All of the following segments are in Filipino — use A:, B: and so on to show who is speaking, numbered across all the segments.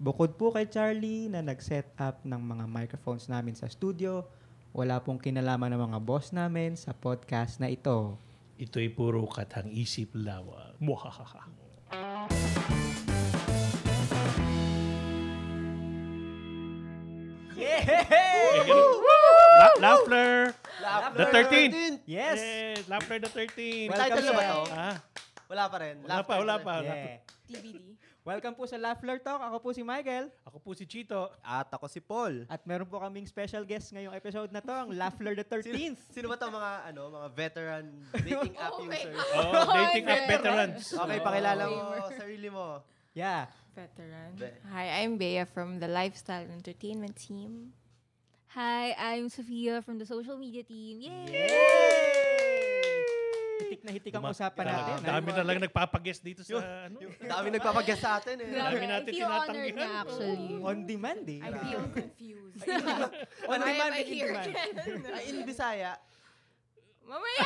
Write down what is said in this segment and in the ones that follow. A: Bukod po kay Charlie na nag-set up ng mga microphones namin sa studio, wala pong kinalaman ng mga boss namin sa podcast na ito.
B: Ito'y puro katang isip lawa. Mwahahaha.
A: Yeah!
B: Eh, La- Lafler! The 13th!
A: Yes!
B: Yes! Lafler the 13th!
A: Welcome Title na ba
C: to?
B: Ah,
C: Wala pa rin.
B: wala pa, wala pa. wala pa.
A: Yeah.
D: TBD.
A: Welcome po sa Laughler Talk. Ako po si Michael.
B: Ako po si Chito.
C: At ako si Paul.
A: At meron po kaming special guest ngayong episode na to, ang Laughler the
C: Sino,
A: 13th.
C: sino ba 'tong mga ano, mga veteran dating app
D: Oh my
C: users?
D: God.
B: Oh, dating app veterans.
C: Okay,
B: Oh.
C: pakilala mo
D: Gamer.
C: sarili mo.
A: Yeah.
D: Veteran.
C: Ve-
D: Hi, I'm Bea from the Lifestyle Entertainment team.
E: Hi, I'm Sophia from the social media team. Yay!
A: Hitik na hitik ang
B: Duma-
A: usapan
B: Talaga,
A: natin.
B: Dami talaga nagpapag-guest dito sa ano.
C: Yung dami nagpapagas sa atin eh.
B: Grabe.
E: Grabe,
B: natin
E: I feel
B: tinatanggihan.
E: honored na actually.
A: On demand eh.
D: I feel confused.
A: On
D: Why am
A: demand
D: I
A: and in
D: here
A: demand.
D: again?
C: Ay, in Bisaya.
D: Mamaya!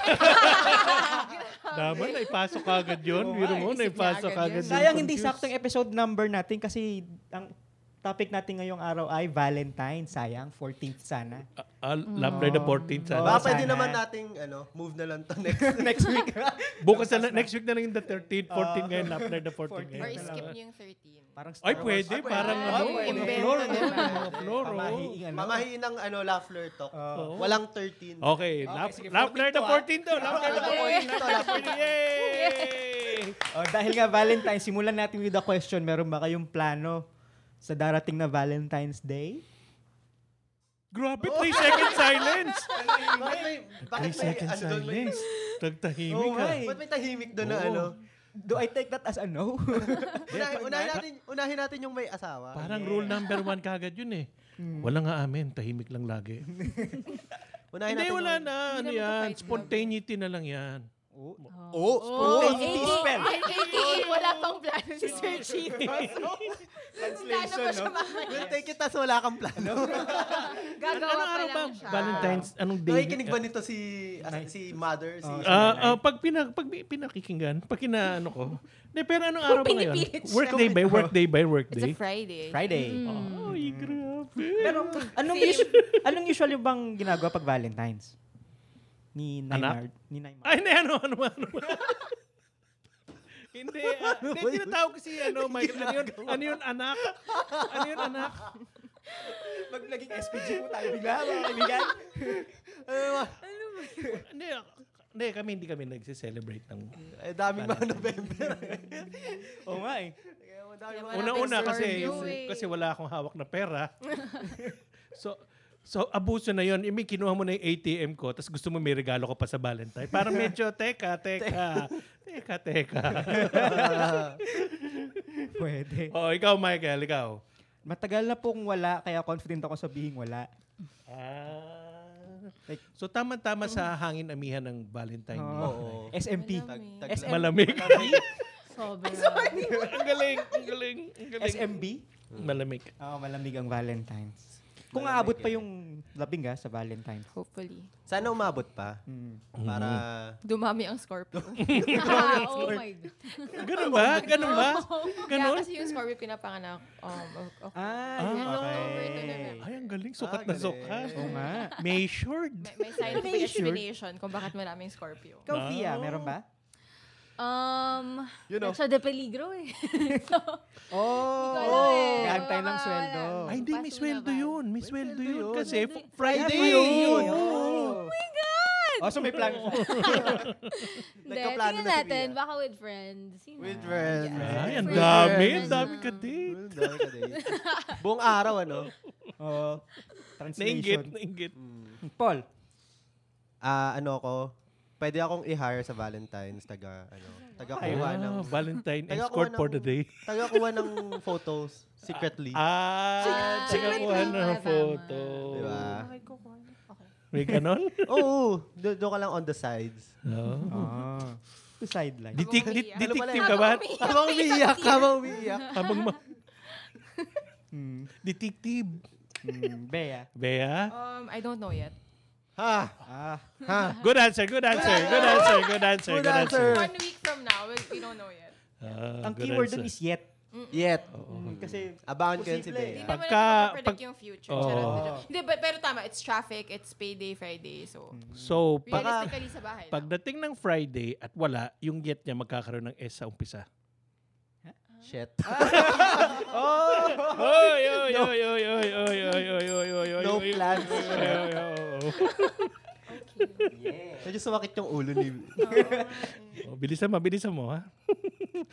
B: Daman, naipasok ka agad yun.
A: Oo
B: Biro
D: nga,
B: mo,
D: isip niya
B: naipasok
D: agad
B: ka agad
D: yun.
B: yun.
A: Sayang hindi
B: Confused.
A: saktong e- episode number natin kasi ang topic natin ngayong araw ay Valentine. Sayang, 14th sana.
B: Ah, Lafler the 14th.
A: Oh,
B: sana.
C: Baka pwede
A: sana.
C: naman nating ano, move na lang to next.
A: Next week.
B: Bukas na, next week na lang yung the 13th, 14
A: Ah.
B: ngayon, Lafler the 14
D: Or
B: ngayon.
D: skip niyo yung 13.
A: Parang Star
B: Ay,
A: Wars.
B: pwede.
C: Ay, pwede.
B: Parang
D: Ay,
B: ano,
D: pwede.
B: mga floor.
D: Pwede.
B: Mga floor, oh.
A: Pamahiin, ano? Oh,
C: Mamahiin ng ano, Lafler Talk.
A: Oo.
C: Walang 13.
B: Okay,
A: Okay,
B: lap,
A: sige,
B: Lafler the 14
C: 14
B: to. Lafler the 14 to. Lafler the Yay!
A: Oh, dahil nga Valentine, simulan natin with a question. Meron ba kayong plano sa darating na Valentine's Day?
B: Grabe, 3 second silence.
C: bakit may,
B: 3
C: bakit may,
B: second
C: ano doon, may,
B: silence. Nagtahimik
D: Oh,
A: Oo
B: ka.
A: nga eh.
C: ba't may tahimik doon na
B: Oo.
C: ano?
A: Do I take that as a no?
C: Unahin, unahin natin, unahin natin yung may asawa.
B: Parang rule number one kagad yun eh.
D: Hmm.
B: Wala nga amin, tahimik lang lagi.
C: Unahin
B: Hindi,
C: natin
B: wala
C: yung-
B: na. Ano
D: Hindi naman
B: yan?
D: to fight
B: Spontaneity na lang yan.
A: oh,
C: Oh,
A: spontaneity spell.
D: AKA, wala pang plano si Sir Chief. Plano
A: Translation,
D: pa siya
A: no?
D: mamaya.
C: We'll take it as wala kang
B: Ano?
C: plano.
D: Gagawa
B: Anong
D: pa
B: araw ba?
D: lang siya.
B: Valentine's, anong day?
C: Nakikinig ba nito si as-
A: Nice.
C: si mother? Si,
A: Oh,
B: Ah, ah, pag pina, pag bi- pinakikinggan, pag kinaano ko. De, pero anong araw ba ngayon?
D: Pinipilit siya.
B: Workday by workday by
D: It's a Mm.
B: workday.
D: Friday.
A: Friday.
B: Oh, ay, grabe.
A: Pero anong
D: Same.
A: usual, anong usually bang ginagawa pag Valentine's? Ni Neymar.
B: Anak?
A: Ni Neymar.
B: Ay, hindi, ano, ano, ano. hindi, ah, hindi, tinatawag kasi, ano, Michael, ano yun, ano yun, anak? Ano yun, anak?
A: Pag naging SPG po tayo bigla, mga kaibigan.
B: Hindi, ah, hindi, kami, hindi kami nagse-celebrate ng...
C: eh, daming mga November.
A: Oo nga eh.
C: Kaya ang daming mga-
D: Wala
B: Una-una
D: best
B: kasi,
D: review eh.
B: kasi wala akong hawak na pera. so, So, abuso na yun. Imi, kinuha mo na yung ATM ko, tapos gusto mo may regalo ko pa sa Valentine. Parang medyo, teka, teka, teka, teka.
A: Pwede.
B: oh, ikaw, Michael, ikaw.
A: Matagal na pong wala, kaya confident ako sabihing wala.
B: Ah.
A: Like-
B: so, tama-tama sa hangin-amihan ng Valentine.
A: Oo.
C: Oo.
A: SMP.
C: Tag- tag-
A: SM.
B: Malamig.
E: Sobra.
B: ang galing, ang galing, ang galing.
A: SMB?
B: Malamig.
A: Oo, malamig ang Valentine's. Kung
C: Malamig
A: aabot pa
C: yan.
A: yung labing ha, sa Valentine's.
D: Hopefully.
C: Sana umabot pa.
B: Mm-hmm.
A: Mm.
C: Para...
D: Dumami ang Scorpio.
E: Ah, oh my God.
B: Ganun ba? Ganun ba?
D: Kaya
B: Ganun?
D: kasi yung Scorpio pinapanganak. Um, okay.
A: Ah,
B: Ah,
A: okay.
B: Ay, ang galing. Sukat na
C: Ah, galing.
B: sukat. Oh.
A: Oo nga.
B: Measured.
D: May, may scientific
A: Are you Ano sure?
D: explanation kung bakit maraming Scorpio.
A: Ikaw,
B: Ah.
A: Fia, meron ba?
E: Um,
C: You know.
E: Siya de peligro eh.
A: Oh!
E: Wala eh.
A: Gantay ng
E: Baka
A: sweldo.
E: wala.
B: Ay, hindi. May
E: Paso
B: sweldo
E: naman.
B: yun. May sweldo yun.
C: yun.
B: Kasi f-
A: Friday
B: Friday
A: yun!
B: yun.
A: Oh my God! Oh, so may plan.
E: Hindi,
C: Nagkaplano
E: tingnan
C: na si
E: natin.
C: Mia.
E: Baka with friends. Yun
C: With
E: na.
C: friends.
B: Ay, Ah, ang
E: Friends.
B: dami. Ang
E: Friends.
B: dami ka din.
C: Ang dami ka din. Buong araw, ano?
A: Oo.
B: Nainggit,
A: Translation.
B: nainggit.
A: Paul.
C: Ah, ano ko? Pwede akong i-hire sa Valentine's taga, ano, taga kuha ng,
B: Ah, Valentine
C: Taga
B: escort
C: kuha
B: for
C: ng-
B: the day.
C: taga kuha ng photos secretly.
B: Ah, Diba? tsaka
E: secret
B: kuha
E: lang
B: ng
E: pala,
B: photo.
C: Di
B: Oh
C: ba?
D: Okay, kukuha. Okay.
B: May ganon?
C: Oo, do- doon ka lang on the sides.
B: Oo.
A: Oh. To sideline.
B: Detik-
D: Habang
B: det-
D: umiiyak.
B: detective
C: Ano
B: ka ba?
C: Habang umiiyak, habang umiiyak.
B: Habang ma-
A: Mm.
B: detective.
A: Mm. Bea.
B: Bea?
D: Um, I don't know yet.
C: Ha!
A: Ah.
C: Ha!
B: Good answer, good answer, good answer, good answer,
C: Good
B: good answer.
C: answer.
D: One week from now, we, we don't know yet.
B: Ah,
A: Ang
B: good
A: keyword
B: answer.
A: dun is yet.
C: Yet.
A: Kasi
C: Abangan ko yun si
A: Posible.
D: Hindi
C: Bea.
D: naman
B: Pagka-
D: natin mapapredict
B: pag- Oh.
D: yung future.
B: Oo.
D: Charot, charot. Hindi, but, pero tama, it's traffic, it's payday Friday, so
B: So, Hmm. pag,
D: realistically sa bahay. lang.
B: pagdating ng Friday at wala, yung yet niya magkakaroon ng S sa umpisa.
C: Shit.
B: Ah, Oy, oy, oy, oy, oy, oy, oy, oy, oy, oy, oy,
C: No
B: oy,
C: plans.
B: oy, oy, oy, oy, oy.
C: Medyo sumakit yung ulo ni...
B: Oh, Bilisan mo, bilisan mo, ha?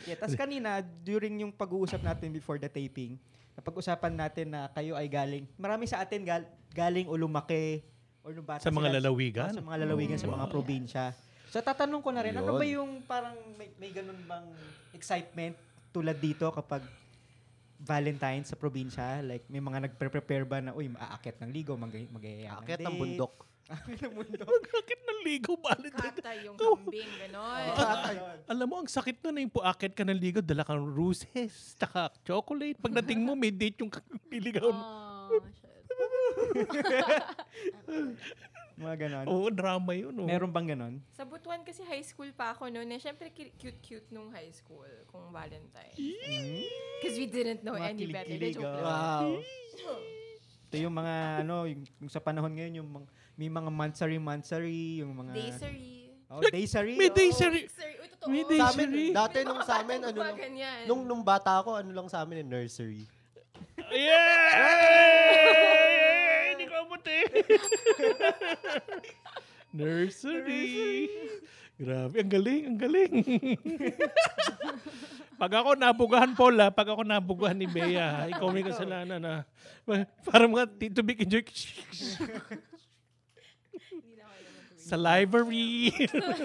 A: Yeah, tas kanina, during yung pag-uusap natin before the taping, napag-usapan natin na kayo ay galing, marami sa atin gal- galing o lumaki or nung bata
B: Sa
A: sila-
B: mga lalawigan.
A: Sa mga lalawigan, sa mga probinsya. So tatanong ko na rin, ano
C: Yun.
A: ba yung parang may, may ganun bang excitement tulad dito kapag Valentine sa probinsya? Like may mga nagpre-prepare ba na, uy, maaakyat ng ligo, mag
B: Ah,
A: mag-iayang
C: Akit ng bundok.
A: Aakyat ng bundok.
B: Bakit ng ligo, Valentine?
D: Kata yung kambing, gano'n.
B: Ah, Oh.
C: Ah,
B: Alam mo, ang sakit nun na yung puakit ka ng ligo, dala kang roses, taka chocolate. Pagdating mo, may date yung piligaw. mo.
E: Oh, shit.
A: mga ganun.
B: Oo, drama yun. Oh.
A: Meron bang ganun?
D: Sa Butuan kasi high school pa ako noon. Eh, Siyempre, ki- cute-cute nung high school kung Valentine.
B: Hmm.
D: Because we didn't know
A: Mga
D: any better.
A: kilig-kilig, oh.
D: Joke
B: ah.
C: ah,
D: lang.
A: Wow. Ito yung mga ano, yung, yung sa panahon ngayon, yung mga, may mga mansari-mansari, yung mga...
D: Daisary.
A: Oh, daysary.
B: May
A: oh.
B: daysary.
D: Daisary. Uy, totoo.
B: May
C: Sa
B: daisary.
C: amin, dati nung sa amin, ano
D: Ano
C: lang,
D: ganyan.
C: nung, nung bata ako, ano lang sa amin, eh, nursery.
B: Yeah! Hindi ko abuti. Nursery. Grabe, ang galing, ang galing. pag ako nabugahan, Paul, ha, pag ako nabugahan ni Bea, ha, ikaw may kasalanan, ha. Pa- Parang mga Tito Big Enjoy. Sa library.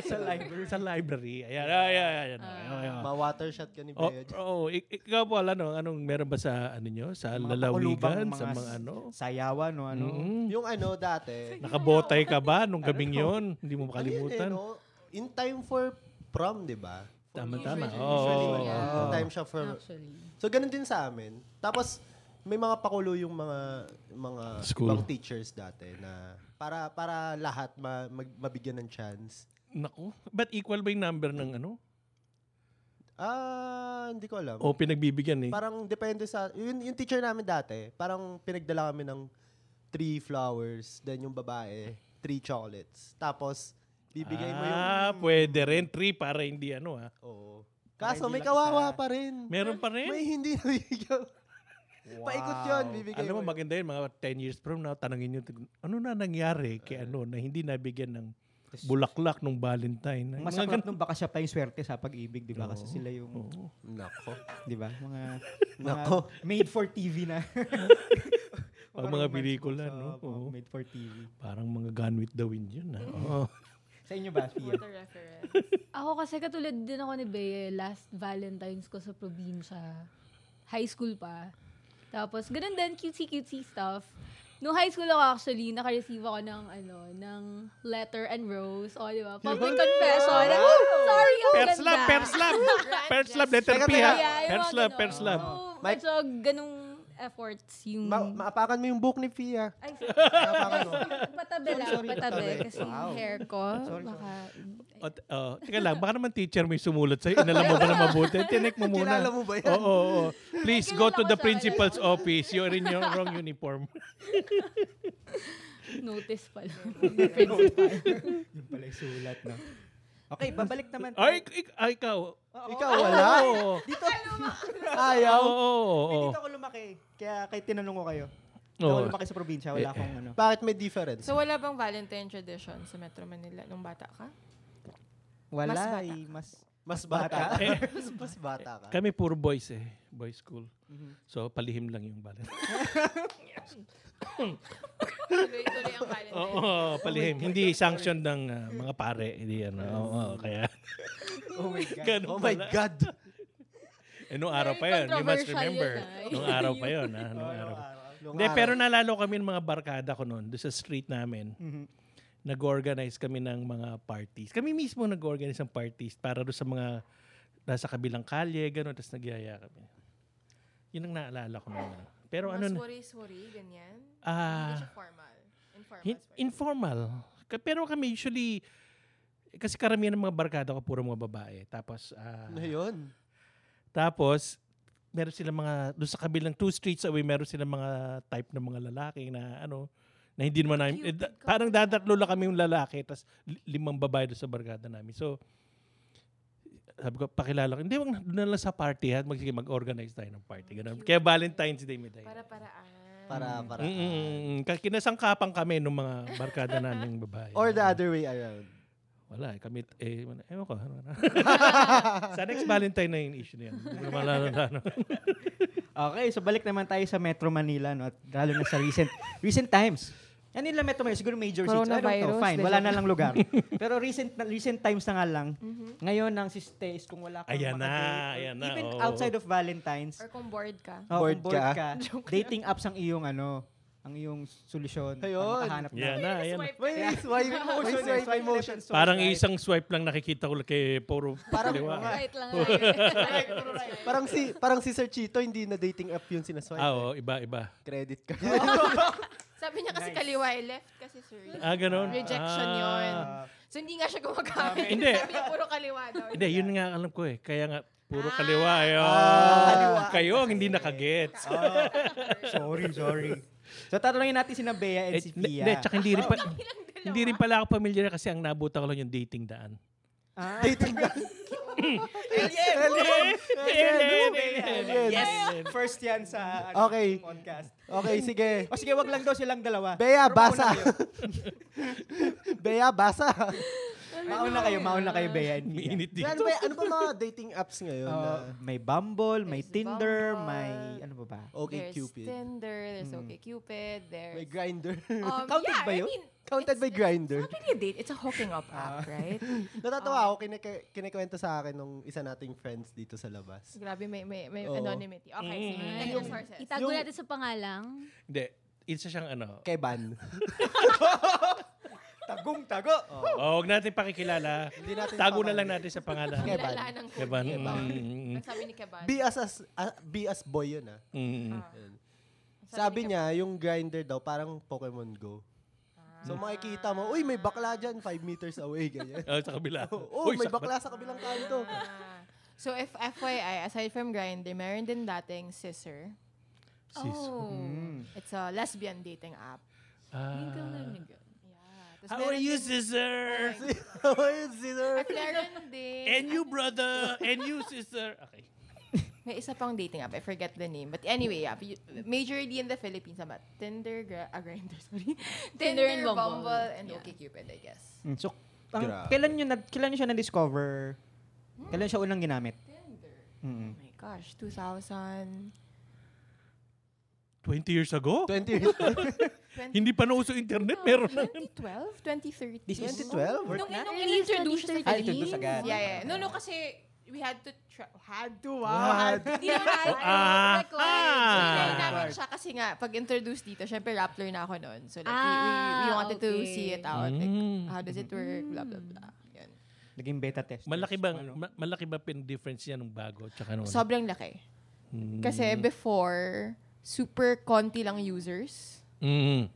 A: Sa library.
B: Sa library. Ayan, ayan, ayan. ayan, ayan.
C: Ma-water shot ka ni
B: Ah. Oh,
C: Bea.
B: oh, ik- ikaw po, ano, anong meron ba sa ano nyo?
A: oh,
B: Sa
A: Mga
B: lalawigan?
A: pakulubang
B: sa mga
A: s-
B: ano?
A: Sayawan o ano.
B: Mm.
C: Yung ano, dati.
B: Nakabotay ka ba nung gabing yon? Hindi mo makalimutan.
C: Ano yun, eh, no? In time for prom, di ba?
B: Tama, tama.
D: Usually,
B: Oo.
C: Usually,
B: oo, Ah.
C: yeah.
B: oo.
C: time siya for...
E: Actually.
C: So, ganun din sa amin. Tapos, may mga pakulo yung mga mga
B: School.
C: ibang teachers dati na para para lahat ma, mag- mabigyan ng chance.
B: Naku. But equal ba yung number ng ano?
C: Ah, hindi ko alam.
B: O pinagbibigyan eh.
C: Parang depende sa... Yung, yung teacher namin dati, parang pinagdala kami ng three flowers, then yung babae, three chocolates. Tapos, bibigay mo yung...
B: Ah, pwede rin. Three para hindi ano ah.
C: Oo.
A: Para
C: Kaso
A: hindi
C: may
A: lang
C: kawawa
A: isa.
C: pa rin.
B: Meron pa rin.
C: May hindi nabigyan. Paikot yun, bibigay
B: Alam mo, maganda yun. Mga 10 years from now, tanangin nyo. Ano na nangyari kay ano na hindi nabigyan ng bulaklak nung Valentine?
A: Ang
B: Mga
A: Masaklap
B: gan-
A: nung baka siya pa yung swerte sa pag-ibig, di ba? Kasi sila yung,
B: Oo.
C: Nako.
A: di ba? Mga, mga
C: Nako.
A: made for TV na.
B: Pag
A: Parang
B: mga
A: romance
B: pelikula,
A: books,
B: no?
A: oh, oh,
B: Oo.
A: Made for TV.
B: Parang mga gun with the wind yun ah. Oo.
A: Sa inyo ba, Fia?
D: What a reference.
E: Ako kasi katulad din ako ni Bea, last Valentine's ko sa probinsya. High school pa. Tapos, ganun din, cutesy-cutesy stuff. Nung high school ako actually, naka-receive ako ng, ano, ng letter and rose. O, di ba? Public confession. Sorry, ang
B: Pers
E: ganda.
B: lab, pers lab. Pers lab, letter
C: Teka,
B: P
C: teka.
B: ha.
E: Yeah, yung
B: Pers
E: mga
B: lab,
E: ganun.
B: pers lab.
E: So,
C: Mike-
E: medyo ganung efforts yung...
C: Ma- maapakan mo yung book ni Fia.
E: Ay, sorry.
C: Maapakan mo.
E: Patabi lang,
A: Sorry, sorry,
E: patabi.
A: patabi.
E: Kasi yung hair ko, baka...
B: At, uh, teka lang, baka naman teacher may sumulat sa'yo. Inalam mo ba na mabuti? Tinek mo muna.
C: Kilala mo ba yan?
B: Oo, oo, oo. Please
E: Kilala
B: go to
E: ko
B: the
E: siya,
B: principal's
E: kilala
B: office. You're in your wrong uniform.
E: Notice pala.
A: Yung pala yung sulat, no? Okay, babalik naman.
B: Ay, ik- ik- ay, ikaw.
C: Ikaw wala.
B: Oo.
A: Dito,
B: Oo,
C: Ayaw.
B: oo, oo.
A: dito ako lumaki. Kaya kay tinanong ko kayo. Dito
B: Oo.
A: ako lumaki sa probinsya,
B: Eh,
A: wala akong ano.
C: Bakit may difference?
D: So, wala bang Valentine tradition sa Metro Manila nung bata ka?
A: Wala,
D: bata.
A: eh, mas
C: Mas bata.
B: Eh.
C: mas, mas bata ka.
B: Kami puro boys eh. Boys school.
C: Mm-hmm.
B: So, palihim lang yung balat.
D: Tuloy-tuloy ang Valentine.
B: Oo, oo, palihim. Hindi sanction ng ah, mga pare. Hindi ano. Oo, oo, kaya.
A: Oh my God.
B: Ganun
C: Oh my
B: pala.
C: God.
B: Eh, nung araw pa
E: Very
B: yun, you must
E: controversial
B: remember.
E: yun, ah.
B: Nung araw pa yun, ha? Nung
A: Oo,
B: araw.
C: Nung
B: Hindi,
C: araw.
B: pero nalalo kami ng mga barkada ko noon, doon sa street namin. Nag-organize kami ng mga parties. Kami mismo nag-organize ng parties para doon sa mga nasa kabilang kalye, gano'n, tapos nagyaya kami. Yun ang naalala ko noon. Pero ano
D: Mas
B: na,
D: worry-worry, ganyan. Hindi
B: ah,
D: siya formal. Informal.
B: hin-
D: sorry.
B: informal. Ka- Pero kami usually, kasi karamihan ng mga barkada ko puro mga babae. Tapos, ah,
C: Ano yun?
B: Tapos, meron silang mga, doon sa kabilang two streets away, meron silang mga type ng mga lalaki na ano, na hindi naman namin, eh,
E: Cupid
B: da-
E: couple.
B: parang dadatlo lang kami yung lalaki, tapos limang babae doon sa barkada namin. So, sabi ko, pakilala ko. Hindi, wag na- doon na lang sa party ha. Mag, sige, mag-organize tayo ng party. Ganun.
D: Cute.
B: Kaya Valentine's Day may dahil.
D: Para-paraan.
C: Para, para.
B: Mm, Mm-mm. Kinasangkapan kami ng mga barkada naming babae.
C: Or the other way around.
B: Wala, eh, kami, eh, wala- ewan ko. ano, ano. sa next Valentine na yung issue na yan. Hindi ko malala na, ano.
A: Okay, so balik naman tayo sa Metro Manila, no? At lalo na sa recent recent times. Ano nila Metro Manila? Siguro major cities. I don't know.
D: Coronavirus,
A: Fine,
D: de
A: wala
D: joke.
A: na lang lugar. Pero recent na- recent times na nga lang. Ngayon, ang siste is kung wala kang
B: Ayan na,
A: makadate or
B: ayan na,
A: Even
B: oo.
A: outside of Valentine's,
D: Or kung bored ka.
B: Ah,
A: oh,
C: Bored
A: kung bored
C: ka.
A: ka, dating apps ang iyong ano, ang iyong solusyon. para
C: Ayun.
A: makahanap
B: Yan
A: ng-
B: na, yan na.
D: Swipe
C: May
A: Yeah.
C: swipe
A: May
C: motion,
A: swipe,
C: swipe
A: swipe
C: motion.
A: left and
B: Parang
A: swipe right.
B: isang swipe lang nakikita ko kay Poro.
C: Parang-
B: Kaliwa.
E: Right lang. right.
C: Parang si parang si Sir Chito hindi na dating app yun sinaswipe.
B: Ah, Oh. oo, iba, iba.
C: Credit card.
D: Sabi niya kasi
A: Nice.
D: kaliwa eh, left kasi sir.
B: Ah, ganun.
D: Rejection
B: ah.
D: yun. So hindi nga siya gumagamit.
B: Hindi.
D: Sabi niya puro kaliwa daw.
B: Hindi, yun nga alam ko eh. Kaya nga, puro
D: Ah.
B: kaliwa. Ayun.
A: kaliwa.
B: Kayo ang hindi nakagets.
A: Ah, sorry, sorry. So tatanungin natin si Bea and
B: Eh,
A: si
B: Hindi,
A: Pia.
B: tsaka hindi rin pa,
D: Ilang dalawa.
B: hindi rin pala ako familiar kasi ang nabuta ko lang yung dating daan.
A: Ah,
C: dating app.
A: Yes. First yan sa ano,
C: Okay.
A: podcast.
C: Okay, sige.
A: O sige, wag lang daw silang dalawa.
C: Bea,
A: Pero
C: basa.
A: mauna kayo.
C: Bea, basa.
A: Mauna kayo, mauna kayo, Bea and Pia.
B: Mainit dito. Ah.
C: ano, ba, ano ba mga dating apps ngayon? na
A: Uh, may Bumble, may
D: There's
A: Tinder,
D: Bumble.
A: may ano ba ba?
C: okay,
D: there's
C: Cupid.
D: Tinder, there's
B: Hmm.
D: okay Cupid, there's...
C: May grinder.
D: Um,
A: Counted
D: yeah,
A: ba
D: I
A: yun?
D: mean,
C: Counted by grinder.
D: Sabi niya date, it's a hooking up app,
B: Ah.
D: right?
C: Natatawa ako, kinike- kinikwento sa akin nung isa nating friends dito sa labas.
D: Grabe, may, may, may
B: Oh.
C: Oo.
D: anonymity. Okay,
B: Mm.
D: sige.
E: Ay,
D: Yung sources.
E: Itago
C: Yung-
E: natin sa pangalang.
B: Hindi, isa siyang ano.
C: Keban.
A: Tagong tago.
B: Oh, huwag natin pakikilala.
C: Hindi natin
B: Tago na
C: pangalan.
B: lang natin sa pangalan.
C: Keban.
D: Kilala ng Cupid.
B: Keban.
D: Keban.
B: Mm.
D: Ang sabi ni Keban.
C: Be as, as, ah, be as boy yun ah.
B: Mm.
D: Ah.
C: Yun.
D: Ang
C: Sabi
D: ni
C: niya, yung grinder daw, parang Pokemon Go. So makikita mo, uy, may bakla dyan, 5 meters away, ganyan.
B: Oh, sa kabila.
C: Oh,
B: Uy,
C: may
B: sakbat.
C: bakla sa kabilang kanto.
D: Ah. So, if FYI, aside from Grindr, meron din dating Scissor. Oh.
B: Sis. mm.
D: It's a lesbian dating app.
B: Ah.
E: Hindi ko narinig yun.
D: Yeah.
B: How are you, sister?
C: Ayun, sinur.
D: At meron din.
B: And you, brother. And you, sister. Okay.
D: May isa pang dating app. I forget the name. But anyway, yeah, you- majorly in the Philippines. Ama, Tinder, gra- ah, Grindr, sorry.
E: Tinder and Bumble.
D: Bumble, and
E: Yeah.
D: OkCupid, I guess.
A: Mm, So, ang-
C: Grabe.
A: kailan niyo na kailan niyo siya na-discover? Kailan siya unang ginamit?
D: Oh my gosh, 2000.
B: 20 years ago?
C: 20 years.
D: 20,
B: Hindi pa nauso internet.
D: Oh,
B: Meron na.
D: 2012? 2013?
A: This is
C: 2012?
A: Work
E: Nung,
A: na?
E: nung
D: Release
E: in-introduce siya sa
A: Ah, introduce agad.
E: Philippines.
D: Yeah, yeah. No, no, kasi we had to try. Had to, wow.
C: What?
D: Hindi na had to.
B: Ah.
D: Hinay
B: Ah.
D: namin siya kasi nga, pag-introduce dito, syempre Rappler na ako noon. So like, we- we, we,
E: Ah,
D: wanted to
E: okay.
D: see it out. Like,
B: Mm.
D: how does it work? Blah, blah,
A: Mm.
D: blah. Yun.
A: Naging beta test. Ano?
B: Malaki bang ma- malaki ba pin difference niya nung ano? Mm. bago tsaka noon?
D: Sobrang laki. Kasi before, super konti lang users.
B: Mm.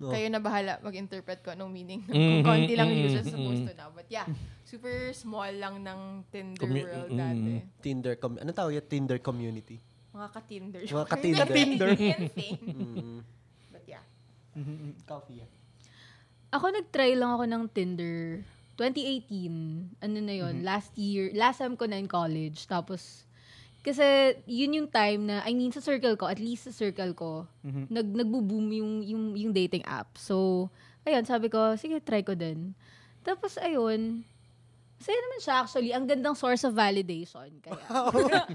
C: Oh.
D: Kayo na bahala mag-interpret ko anong meaning ng
B: Mhm,
C: Mm-hmm.
D: kung konti lang
B: mhm,
D: users
B: mhm.
D: supposed to now. But yeah, super small lang ng Tinder
B: Commu-
D: world
C: mm-hmm.
B: mhm.
D: dati.
C: Tinder, com- ano tawag yan? Tinder community.
D: Mga ka-Tinder.
C: Mga ka-Tinder.
D: Ka-Tinder. Anything.
C: Mm.
D: But yeah.
A: Mm-hmm. Coffee.
E: Ako nag-try lang ako ng Tinder 2018. Ano na yon Last year. Last time ko na in college. Tapos, kasi yun yung time na, I mean, sa circle ko, at least sa circle ko, nag, nagbo-boom yung, yung, yung dating app. So, ayun, sabi ko, sige, try ko din. Tapos, ayun, Masaya naman siya actually. Ang gandang source of validation. Kaya.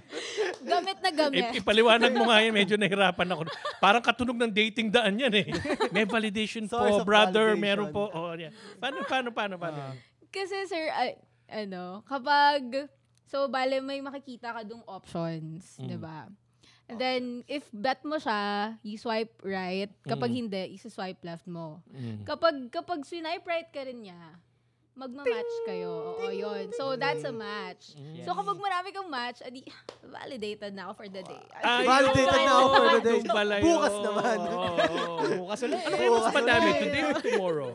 E: gamit na gamit.
B: I- Eh, ipaliwanag mo nga yan, medyo nahirapan ako. Parang katunog ng dating daan yan eh. May validation
C: Source
B: po,
C: of
B: brother,
C: validation.
B: meron po. Oh, yeah. Paano, paano, paano, paano?
E: Kasi sir, ay- ano, kapag, so bale may makikita ka dung options,
B: Mm.
E: 'di ba? And then, if bet mo siya, you swipe right. Kapag
B: Mm.
E: hindi, isi-swipe left mo.
B: Mm.
E: Kapag, kapag swipe right ka rin niya, magmamatch kayo. Oo, yun. So, that's a match.
B: Mm.
E: So, kapag marami kang match, adi, validated na ako for the day.
B: Ay,
C: Validated na ako for the day.
B: yung pala yun.
C: Bukas naman.
B: Oo.
A: Bukas ulit.
B: Ano kayo mas
C: Bukas
B: madami,
C: ulit.
B: today or tomorrow?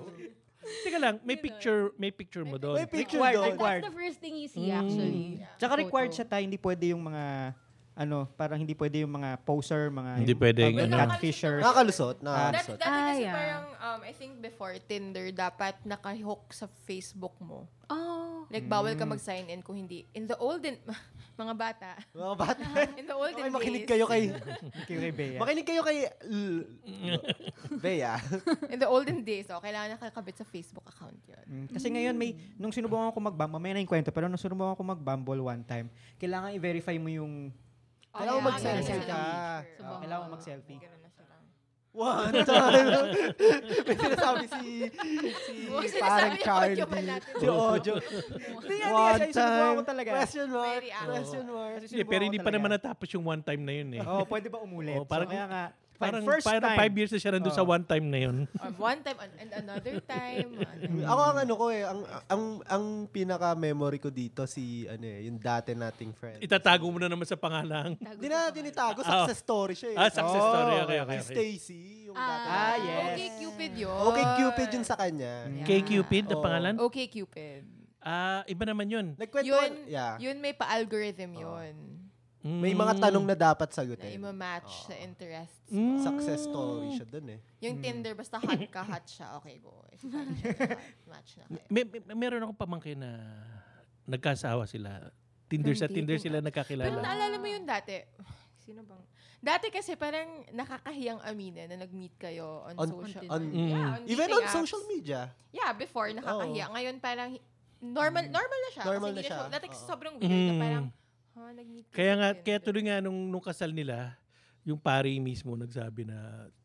B: Teka lang, may picture, may picture mo doon.
C: May picture
A: Required,
C: doon.
A: required.
B: Mm.
E: That's the first thing you see, actually.
A: Tsaka
E: Photo.
A: required siya tayo, hindi pwede yung mga ano, parang hindi pwede yung mga poser, mga
B: Hindi pwedeng,
A: public
D: ano.
A: catfishers.
C: Nakakalusot,
D: Dati,
C: nakakalusot.
D: dati kasi
E: Ah, yeah.
D: parang, um, I think before Tinder, dapat nakahook sa Facebook mo.
E: Oh.
D: Like, bawal
C: Mm.
D: ka mag-sign in kung hindi. In the olden, mga bata,
C: Mga bata.
D: in the olden
C: Okay, Oh, makinig
D: days,
C: kayo kay...
A: Kay Ray Bea.
C: Makinig kayo kay... L- Bea.
D: in the olden days, oh, kailangan nakakabit sa Facebook account yun.
A: Mm, Kasi ngayon may nung sinubukan ko mag-bumble, may na yung kwento, pero nung sinubukan ko mag-bumble one time, kailangan i-verify mo yung
C: Kailangan
D: Oh, yeah,
C: mag-selfie
D: ganun na
C: ka.
D: lang.
A: Ah,
E: Subong.
A: kailangan mag-selfie.
D: Ganun na sila.
C: One time. May sinasabi si...
D: Huwag
C: Si
D: sinasabi
C: parang
D: yung
C: Charlie.
D: audio pa natin.
C: Si Ojo.
A: Hindi Oh, nga, hindi nga siya, sinubukan ko talaga.
C: Question mark.
D: Very active.
C: Question mark.
A: Kasi
B: Hindi,
A: sinubukan
B: pero
A: ko
B: hindi pa
A: talaga.
B: naman natapos yung one time na yun eh.
A: Oh, pwede ba umulit?
B: Oh, parang-
A: so, kaya nga,
B: Parang,
A: first time.
B: parang five years na siya nandun sa
A: Oo.
B: one time na yun.
D: Um, one time and- and another time. ano.
C: Ako ang ano ko eh, ang ang ang pinaka memory ko dito si ano eh, yung dati nating friend.
B: Itatago mo na naman sa pangalang.
C: Hindi na natin itago,
B: Ah.
C: success story siya eh.
B: Ah, success story. Okay, okay,
C: Kay
B: okay.
C: Stacy, yung dati.
A: Ah, yes.
D: Okay, Cupid yun.
C: Okay, Cupid yun sa kanya.
D: Yeah.
B: Mm. Kay Cupid na
C: Oo.
B: pangalan?
D: Okay, Cupid.
B: Ah, iba naman yun.
D: Yun,
C: Nagkwentuhan, yeah. Oh,
D: yun may pa-algorithm yun.
B: Mm.
C: May mga tanong na dapat
D: Na
C: sagutin. Oh.
D: ima-match sa interests.
B: Mm.
C: Success story siya dun eh.
D: Yung Tinder, basta hot ka, hot siya. Okay, go. If you find each other hot, match na kayo.
B: May, may, meron akong pamangkin na nagkasawa sila. Tinder sa
D: From
B: Tinder
D: dating
B: sila
D: Pero
B: nagkakilala.
D: naalala mo yun dati. Sino bang? Dati kasi parang nakakahiyang aminin na nag-meet kayo on,
C: On-
D: social.
C: on Tinder.
B: Mm.
D: yeah, on
C: Even
D: dating
C: on
D: apps.
C: social media.
D: Yeah, before nakakahiya. Ngayon parang hi- normal oh. Mm. normal na siya. Oh.
C: Normal
D: kasi
C: na
D: hindi
C: siya.
D: Dati kasi
C: Oo.
D: sobrang weird na
B: Mm.
D: parang, ha, nag-meet kayo
B: Kaya
D: sa
B: nga,
D: Tinder."
B: kaya tuloy nga nung, nung kasal nila, yung pari mismo nagsabi na,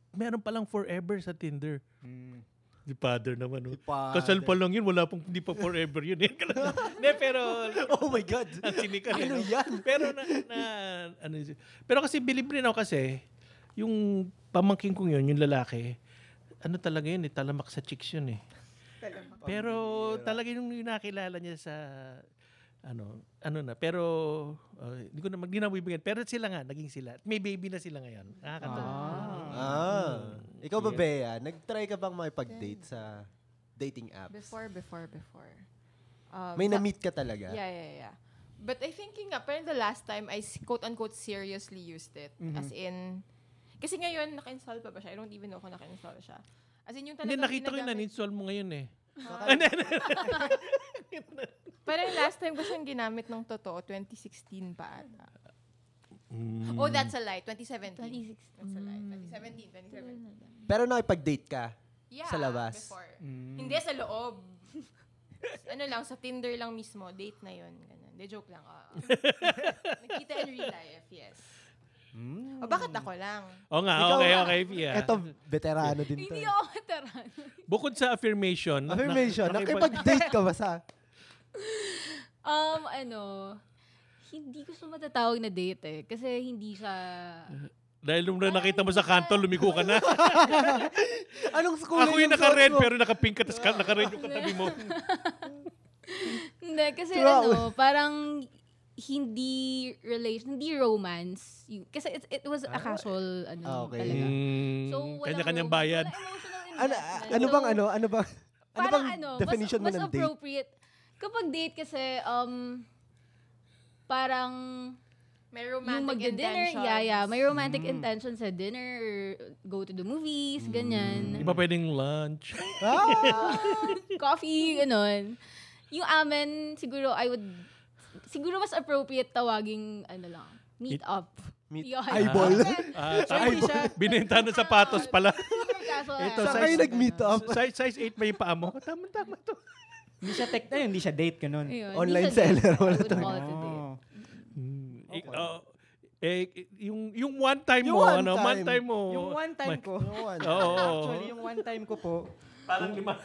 B: meron palang forever sa Tinder.
A: Mm.
B: Di father naman. oh.
C: Di pa-
B: Kasal pa lang yun, wala pang, hindi pa forever yun. Ne, pero
C: Oh my God.
B: Ang sinikal. eh, no?
C: Ano yan?
B: Pero na, na ano, yun. pero kasi bilib rin ako kasi yung pamangking kong yun, yung lalaki, ano talaga yun eh, talamak sa chicks yun eh. Pero talaga yung, yung nakilala niya sa ano, ano na, pero uh, hindi ko na magdinawibigan. Pero sila nga, naging sila. May baby na sila ngayon. Nakakatawa.
A: Ah.
B: Hmm.
C: Ah. Ikaw ba, Bea? Nag-try ka bang makipag-date sa dating apps?
D: Before, before, before. Um,
C: May
D: sa-
C: na-meet ka talaga?
D: Yeah, yeah, yeah. But I think yun nga, parang the last time I s- quote-unquote seriously used it.
B: Mm-hmm.
D: As in, kasi ngayon, naka-install pa ba siya? I don't even know kung naka-install siya. As in, yung
B: Hindi,
D: talagang
B: nakita ko yung
D: ginagamit-
B: uninstall mo ngayon eh.
C: Ano,
D: Parang last time ko siyang ginamit ng totoo, 2016 pa ata. Oh, that's a lie. 2017.
E: 2016.
D: That's a lie. 2017, 2017.
C: Pero nakipag-date ka?
D: Yeah,
C: Sa labas.
D: Before. Hindi, sa loob. ano lang, sa Tinder lang mismo. Date na yun. Ganun. De, joke lang. oo. Nakita in real life, yes.
A: Hmm.
D: O, bakit ako lang?
B: O nga,
C: Ikaw
B: okay,
C: nga.
B: okay. Yeah.
C: Eto, veterano din to.
E: Hindi
C: eh.
E: ako mataran.
B: Bukod sa affirmation. na-
C: Affirmation.
B: na-
C: Nakipag-date ka ba sa...
E: Um, ano, hindi ko siya matatawag na date eh. Kasi hindi siya...
B: Dahil nung nakita mo sa kanto, lumiko ka na.
C: Anong school ano?
B: Ako yung
C: na suot
B: naka-red
C: mo?
B: pero naka-pink ka, tapos ka- naka-red yung katabi mo.
E: Hindi, kasi
C: Throughout.
E: ano, parang hindi relation, hindi romance. Yung- Kasi it, it was a casual, ano,
C: Ah, okay.
E: talaga.
B: Mm,
E: So, walang
B: Kanya-kanyang
E: romance,
B: bayad.
E: walang emotional
C: Ano,
E: investment.
C: ano bang
E: So,
C: ano? Ano bang... Ano
E: parang
C: bang
E: ano,
C: definition mo
E: mas, mas
C: ng date?
E: appropriate. Kapag date kasi, um, parang
D: May
E: yung
D: romantic
E: magda-dinner,
D: intentions.
E: yeah, yeah, may romantic
C: Mm.
E: intention sa dinner, or go to the movies, ganyan.
C: Mm.
B: Di ba pwedeng lunch?
C: Ah!
E: Coffee, ganun. Yung amin, siguro I would, siguro mas appropriate tawaging, ano lang, meet up.
C: Meet
E: Yun.
C: eyeball.
B: Ah,
A: So,
B: tapos,
A: hindi siya,
B: binenta ng sapatos pala.
E: Super casual.
B: Ito,
C: Saan
B: size-
C: kayo nag-meet up?
B: size, size 8 ba yung paa mo? Tama, tama to.
A: hindi siya tech, ayun, hindi siya date, ganun.
E: Ayun, hindi
C: Online
E: siya date.
C: seller.
E: I
C: Wala
E: would
C: to.
E: call it a date.
A: Oh.
B: Mm, ik- oh, eh, yung, yung one time
C: Yung
B: mo,
C: one
B: ano,
C: time.
B: one time mo.
A: Yung one time
B: May-
A: ko,
C: Yun.
B: Oo.
A: actually, yung one time ko po,
B: Parang lima.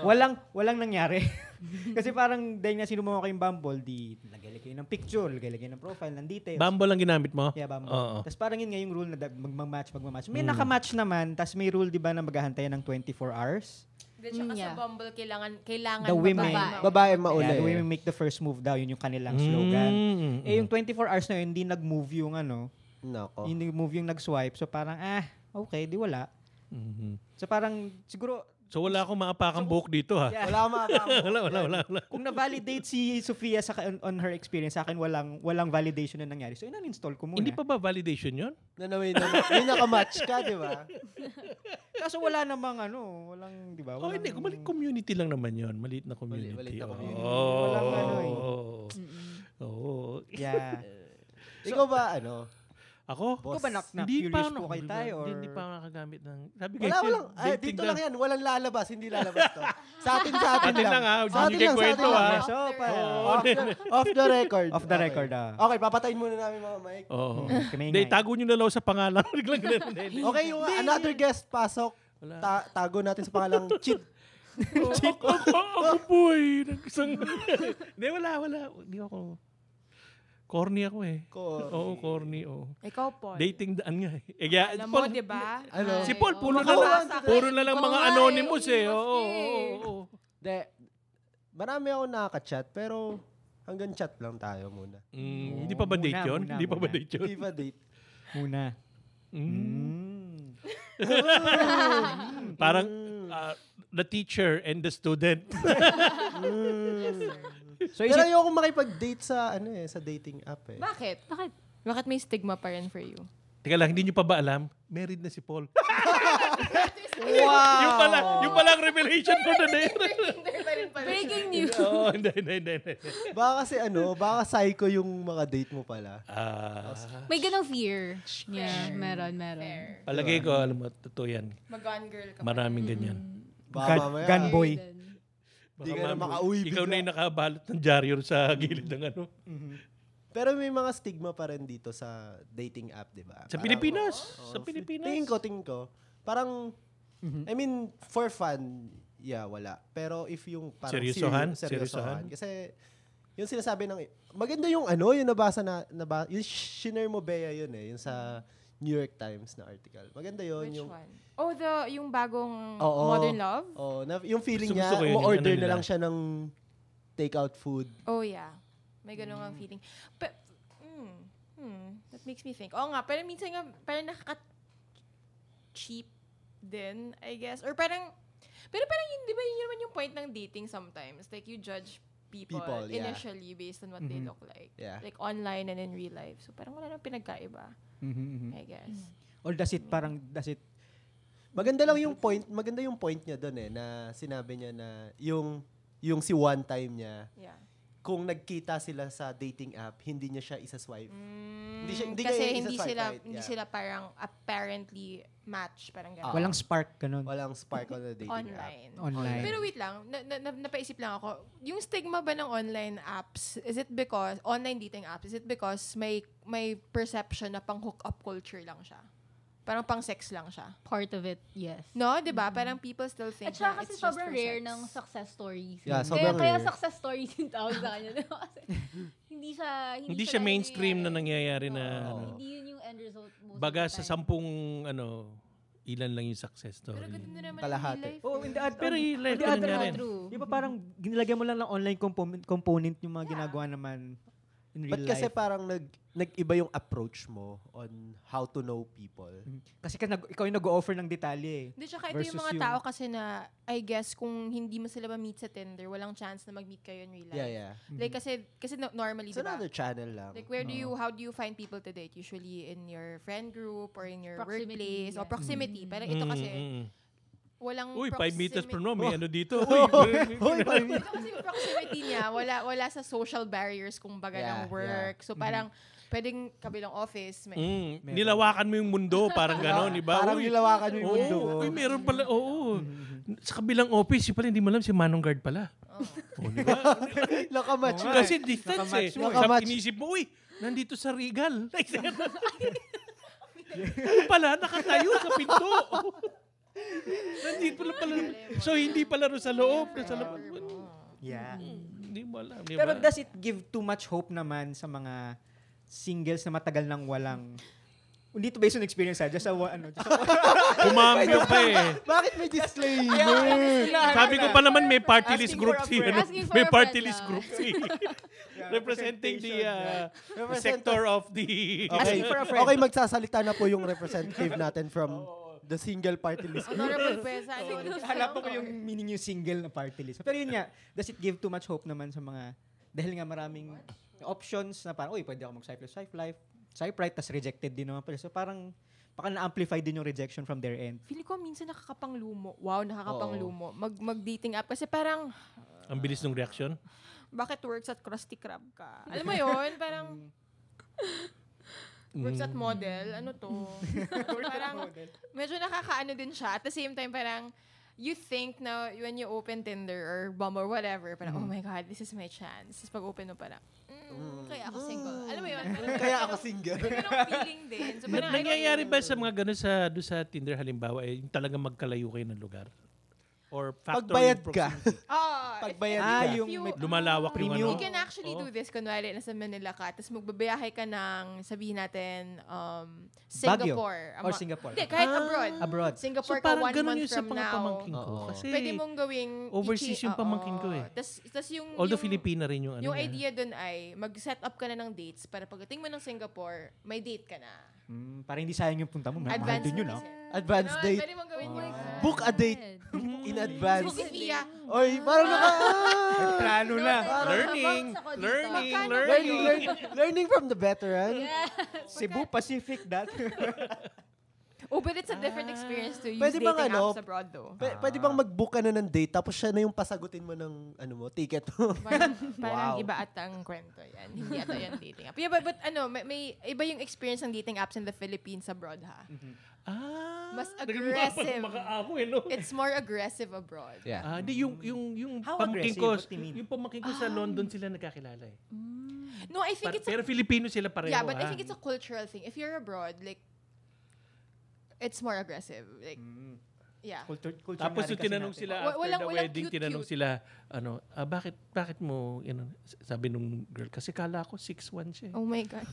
A: walang walang nangyari. Kasi parang dahil nga sinumawa ko yung Bumble, di lagay kayo ng picture, lagay kayo ng profile, ng details.
B: Bumble lang ginamit mo?
A: Yeah, Bumble.
B: Oo. Hmm.
A: Tapos parang yun nga yung rule na da- magmamatch, magmamatch. May nakamatch naman, tapos may rule, di ba, na maghahantay ng 24 hours.
D: Then, tsaka
E: Mm, yeah.
D: sa Bumble, kailangan, kailangan
A: The women.
D: babae.
C: Babae
A: Kaya
C: mauna
A: the
C: eh.
A: women make the first move daw, yun yung kanilang slogan.
B: Mm.
A: Eh, yung 24 hours na yun, hindi nag-move yung ano,
C: Nako.
A: hindi nag-move yung nag-swipe. So parang, ah, okay, di wala.
B: Mhm.
A: So parang, siguro,
B: So wala akong maapakang buhok dito ha.
A: Yeah.
C: Wala akong maapakang
B: Wala, wala, wala, wala.
A: Kung na-validate si Sofia sa, on, on her experience, sa akin walang, walang validation na nangyari. So, in-uninstall ko muna.
B: Hindi pa ba validation yon?
C: na naway na may nakamatch ka, di ba?
A: Kaso wala namang ano, walang, di ba?
B: Oh,
A: walang-
B: hindi. Kumali- community lang naman yon. Maliit na community. Oh.
C: maliit na community.
B: Oo.
A: Walang ano eh.
B: Oo.
A: Yeah.
C: Ikaw ba, ano?
B: Ako?
A: Ikaw ba nak na
B: Hindi pa
A: curious
B: ako-
A: po kay
B: hindi
A: tayo?
B: ba-
A: Or...
B: Hindi, hindi pa ako nakagamit ng... Sabi ko,
C: Wala,
B: sir,
C: walang, ay,
B: dating
C: dito
B: daw.
C: lang yan. Walang lalabas, hindi lalabas to. Sa atin, sa atin
B: Atin
C: lang.
B: lang ah.
C: Sa atin
B: Hindi kayo
C: lang, sa atin
B: kwento
C: lang.
B: ah.
A: So, pa,
B: Oo.
C: Off the, off the record.
A: Off the
C: Okay.
A: record, ah.
C: Okay, papatayin muna namin mga mic.
B: Oo.
A: Kamingay.
B: Oh. Hindi, tago nyo na lang sa pangalan. Biglang ganun.
C: Okay, yung another guest pasok.
B: Wala.
C: Ta- tago natin sa pangalang Chip.
B: Cheat ako, ako eh. boy. Nagsang... Hindi, wala, wala. Hindi ako... Corny ako eh.
C: Corny.
B: Oo, corny. oo.
D: Ikaw, Paul.
B: Dating daan nga eh. Eh, kaya-
D: Alam mo,
B: Paul,
D: di ba?
C: Ano?
B: Si Paul,
E: Ay,
B: puro na
E: oo.
B: lang.
D: Nakakasakit.
B: Puro na lang
E: Ikaw
B: mga
E: nga eh,
B: anonymous eh.
E: umiwas
B: Oo,
E: ka eh.
B: oo, oo.
C: De, marami ako nakaka-chat, pero hanggang chat lang tayo muna.
B: Mm, Hindi pa ba
A: Muna,
B: date yun?
A: muna,
B: Hindi pa ba
A: muna.
B: date yun?
C: Di ba date?
A: Muna.
B: Mm.
A: Mm.
C: Mm.
B: Parang ah, the teacher and the student.
A: So, is
C: Pero
A: it,
C: ayoko makipag-date sa, ano eh, sa dating app eh.
D: Bakit?
E: Bakit?
D: Bakit may stigma pa rin for you?
B: Teka lang, hindi nyo pa ba alam? Married na si Paul.
A: wow!
B: yung pala, yung pala ang revelation for the day.
E: Breaking news.
B: Oo, hindi, hindi, hindi. hindi.
C: Baka kasi ano, baka psycho yung mga date mo pala.
B: Ah,
E: May ganong fear. Yeah, meron, meron.
B: palagay ko, alam mo, totoo yan.
D: Mag-on girl ka.
B: Maraming ganyan.
C: Baka
A: Gun,
C: mamaya,
A: gun boy.
E: Fear din.
C: Mm. Di ka na
B: Baka mami-
C: makauwi
B: Ikaw na
C: bigla.
B: yung nakabalot ng dyaryo sa gilid ng ano.
C: Pero may mga stigma pa rin dito sa dating app, di ba?
B: Sa
C: Parang-
B: Pilipinas.
C: Ah, Oo,
B: Sa Pilipinas. Mm-hmm.
C: Tingin ko, tingin ko. Parang, I mean, for fun, yeah, wala. Pero if yung parang
B: Seryosohan?
C: serious- seryosohan.
B: Seryosohan?
C: Kasi, yung sinasabi ng, maganda yung ano, yung nabasa na, naba, yung Shiner Mobea yun eh, yung sa New York Times na article. Maganda yun.
D: Which
C: yung,
D: one? Oh, the, yung bagong
C: Oo.
D: Modern Love?
C: Oh, na, yung feeling
B: Gusto- gusto ko
C: niya,
B: yun, yung ano
C: mo-order na
B: nila.
C: lang siya ng takeout food.
D: Oh, yeah. May ganun ang feeling. But, mm, hmm, that makes me think. Oo nga, pero minsan nga, parang nakaka-cheap din, I guess. Or parang, pero parang yun, di ba yun naman yung point ng dating sometimes? Like, you judge people,
C: People, yeah. Mm-hmm.
D: initially based on what they look like.
C: Yeah.
D: Like, online and in real life. So, parang wala nang pinagkaiba,
A: Mhm, mhm.
D: I guess.
C: Mm.
A: Or does it parang, does it,
C: Maganda lang yung point, maganda yung point niya doon eh, na sinabi niya na yung, yung si one time niya,
D: Yeah.
C: kung nagkita sila sa dating app, hindi niya siya isa-swipe. Hindi siya-
D: Mm,
C: hindi
D: kasi
C: kayo isa
D: hindi
C: swipe
D: sila
C: right,
D: hindi
C: yeah.
D: sila parang apparently match parang
C: Ah.
D: ganun.
A: walang spark ganun?
C: Walang spark on the dating app.
D: online.
A: Online.
D: Pero wait lang, na, na- na- napaisip lang ako. Yung stigma ba ng online apps, is it because, online dating apps, is it because may may perception na pang hook-up culture lang siya? Parang pang sex lang siya?
E: Part of it, yes.
D: No, di ba? Parang people still think
E: Mm-hmm. At saka
D: na
E: kasi
D: it's just
E: sobrang
D: for
E: rare
D: sex.
E: ng success stories.
C: Yeah,
E: kaya,
C: sobrang
E: kaya
C: rare.
E: success stories yung tawag sa kanya. diba? Kasi hindi siya... Hindi,
B: Hindi siya
E: lagi
B: mainstream na
E: nangyayari.
B: nangyayari na
E: Oo,
B: ano.
E: Hindi yun yung end result most
B: Baga
E: of the
B: sa
E: time.
B: sampung ano, ilan lang yung success
D: Pero
B: story.
D: ganun na naman
C: Kalahati.
D: in real life.
A: Oh, in the ad-
B: Pero
A: on-
B: yung
A: on
B: life
A: the
B: na
A: other
B: nangyari.
A: hand,
E: True.
A: Di ba parang ginilagyan mo lang ng online component, component yung mga ginagawa naman in real
C: But
A: life?
C: kasi parang nag, nag-iba yung approach mo on how to know people.
A: Mm. Kasi ka, nag- ikaw yung nag-offer ng detalye eh.
D: Hindi, tsaka ito yung
A: Versus
D: mga
A: yung-
D: tao kasi na, I guess, kung hindi mo sila ma-meet sa Tinder, walang chance na mag-meet kayo in real life.
C: Yeah, yeah.
B: Mm-hmm.
D: Like, kasi, kasi no- normally,
C: It's
D: di ba?
C: another channel lang.
D: Like, where do you, how do you find people to date? Usually in your friend group or in your
E: Proximity,
D: workplace or
E: yeah.
D: proximity. Pero ito kasi, walang
B: Mm-hmm. Mm, Uy, 5 meters
D: proximity-
B: from now,
C: Oh.
B: may ano dito.
C: Hoy, mami.
D: Ito kasi yung proximity niya, wala, wala sa social barriers kung baga
C: Yeah,
D: ng work.
B: Mm-hmm.
D: So, parang, pwedeng kabilang office. May,
B: Mm, nilawakan mo yung mundo, parang gano'n, di ba?
C: Parang
B: Uy,
C: nilawakan mo yung
B: oo,
C: mundo. oh. Mm-hmm.
B: Uy, meron pala, oo. Sa kabilang office, si pala, hindi mo alam, si Manong Guard pala. Oo, di ba?
C: Nakamatch
A: Oo
C: ka.
A: nga.
B: Kasi distance eh.
A: Nakamatch
C: mo.
B: Sa
C: Nakamatch.
B: inisip mo, uy, nandito sa Regal. Ay, pala, nakatayo sa pinto. nandito pala pala. So, hindi pala rin sa loob. Nasa labas.
A: Yeah.
B: Hindi mo alam. di
A: Pero
B: ba?
A: does it give too much hope naman sa mga singles na matagal nang walang hindi to based on experience ha. Just sa wa- ano. Just sa wa-
B: Kumambyo pa eh.
C: Bakit may disclaimer?
A: Yeah,
B: Sabi ko pa naman may
A: Asking
B: party list
A: for a
B: group
A: ah.
B: si
A: friend.
B: ano,
E: Asking for
B: may
E: a
B: party
E: friend
B: list
E: lang.
B: group si
A: Yeah,
B: representing the
A: representation,
B: uh,
A: yeah.
C: Represent-
B: sector of the
A: Asking for a friend.
C: Okay, magsasalita na po yung representative natin from The single party list.
D: Honorable Pesa.
A: Alam ko yung meaning yung single na party list. Pero yun nga, does it give too much hope naman sa mga, dahil nga maraming options na parang, uy, pwede ako mag-cypress, life, cyprite, tas rejected din naman pala. So parang, baka na-amplify din yung rejection from their end.
D: Feeling ko minsan nakakapanglumo. Wow, nakakapanglumo. Mag, mag-dating app. Kasi parang,
B: Ang bilis ng reaction.
D: bakit works at Krusty Krab ka? Alam mo yon Parang, works
B: Mm.
D: at model. Ano to? parang, medyo nakakaano din siya. At the same time, parang, you think na when you open Tinder or Bumble or whatever, parang,
B: Mm.
D: oh my God, this is my chance. Tapos pag-open mo, parang, mm, kaya ako single. Alam mo yun? Parang,
C: Kaya ako single.
D: Ganong feeling din. So, parang, I don't
B: Nangyayari
D: know.
B: ba sa mga ganun sa, do sa Tinder halimbawa, eh, yung talagang magkalayo kayo ng lugar? Or factor
C: Pagbayad
B: yung
C: ka.
B: proximity?
D: Oo.
C: Pagbayad
A: Ah,
C: ka.
A: yung
D: Few-
A: may-
B: Lumalawak yung
A: Premium.
B: ano.
D: You can actually
B: Oo.
D: do this. Kunwari, nasa Manila ka, tapos magbabiyahe ka ng, sabihin natin, um,
A: Baguio
D: Singapore.
A: or
D: Ama-
A: Singapore.
D: Hindi, kahit abroad.
A: Abroad.
B: Ah. So
D: Singapore ka
B: parang
D: one
B: ganun
D: month
B: yung sa
D: from
B: mga
D: now.
B: pamangkin ko.
C: Oo.
B: Kasi
D: Pwede mong gawing
B: overseas yung
D: oo.
B: pamangkin ko eh.
D: Tas, tas yung,
B: although
D: yung,
B: Filipina rin yung ano.
D: yung
B: niya.
D: idea dun ay, mag-set up ka na ng dates para pagdating mo ng Singapore, may date ka na.
A: Mm, parang hindi sayang yung punta mo. Mahal mahal
D: Advance
A: din yun, ah.
D: notice
A: no?
D: yun.
C: Advance
D: Ano,
C: date.
D: Pwede mong gawin yun.
C: Book a date. In advance.
D: Book Iya.
C: Oy, parang naka...
A: Plano na.
B: Ano Learning,
E: Parang-
B: learning,
D: Magkano-
B: learning.
C: learning, learning, learning from the veteran.
E: Yeah.
A: Cebu Pacific that.
D: Oh, but it's a different experience to use
C: Pwede
D: dating
C: bang ano?
D: apps abroad though.
C: P- pwede bang mag-book ka na ng date tapos siya na yung pasagutin mo ng ano mo, ticket mo?
D: Parang, parang iba at ang kwento yan. Hindi ato yan dating app. Yeah, but, but ano, may, may iba yung experience ng dating apps in the Philippines abroad ha.
B: Mm. Ah,
D: Mas
B: nagagawa pa ng
D: aggressive.
B: Mga amoy, no?
D: It's more aggressive abroad.
C: yeah.
B: Ah, di, yung, yung, yung
A: How
B: pamangkin
A: aggressive? What
B: ko,
A: do you mean?
B: yung pamangkin ko
D: Um,
B: sa London sila nagkakilala eh.
D: No, I think
B: Par-
D: it's a,
B: pero Filipino sila pareho.
D: yeah, but I
B: ah.
D: think it's a cultural thing. If you're abroad, like, it's more aggressive. Like, yeah.
A: Mm-hmm. culture, culture
B: Tapos
A: nga rin
B: yung
A: kasi
B: tinanong
A: natin.
B: sila
D: Wa-
B: after
D: walang-
B: the
D: walang
B: wedding,
D: cute,
B: tinanong
D: cute.
B: sila, ano, ah, bakit, bakit mo, you know, s- sabi nung girl, kasi kala ko 6'1 siya. eh."
D: Oh my God.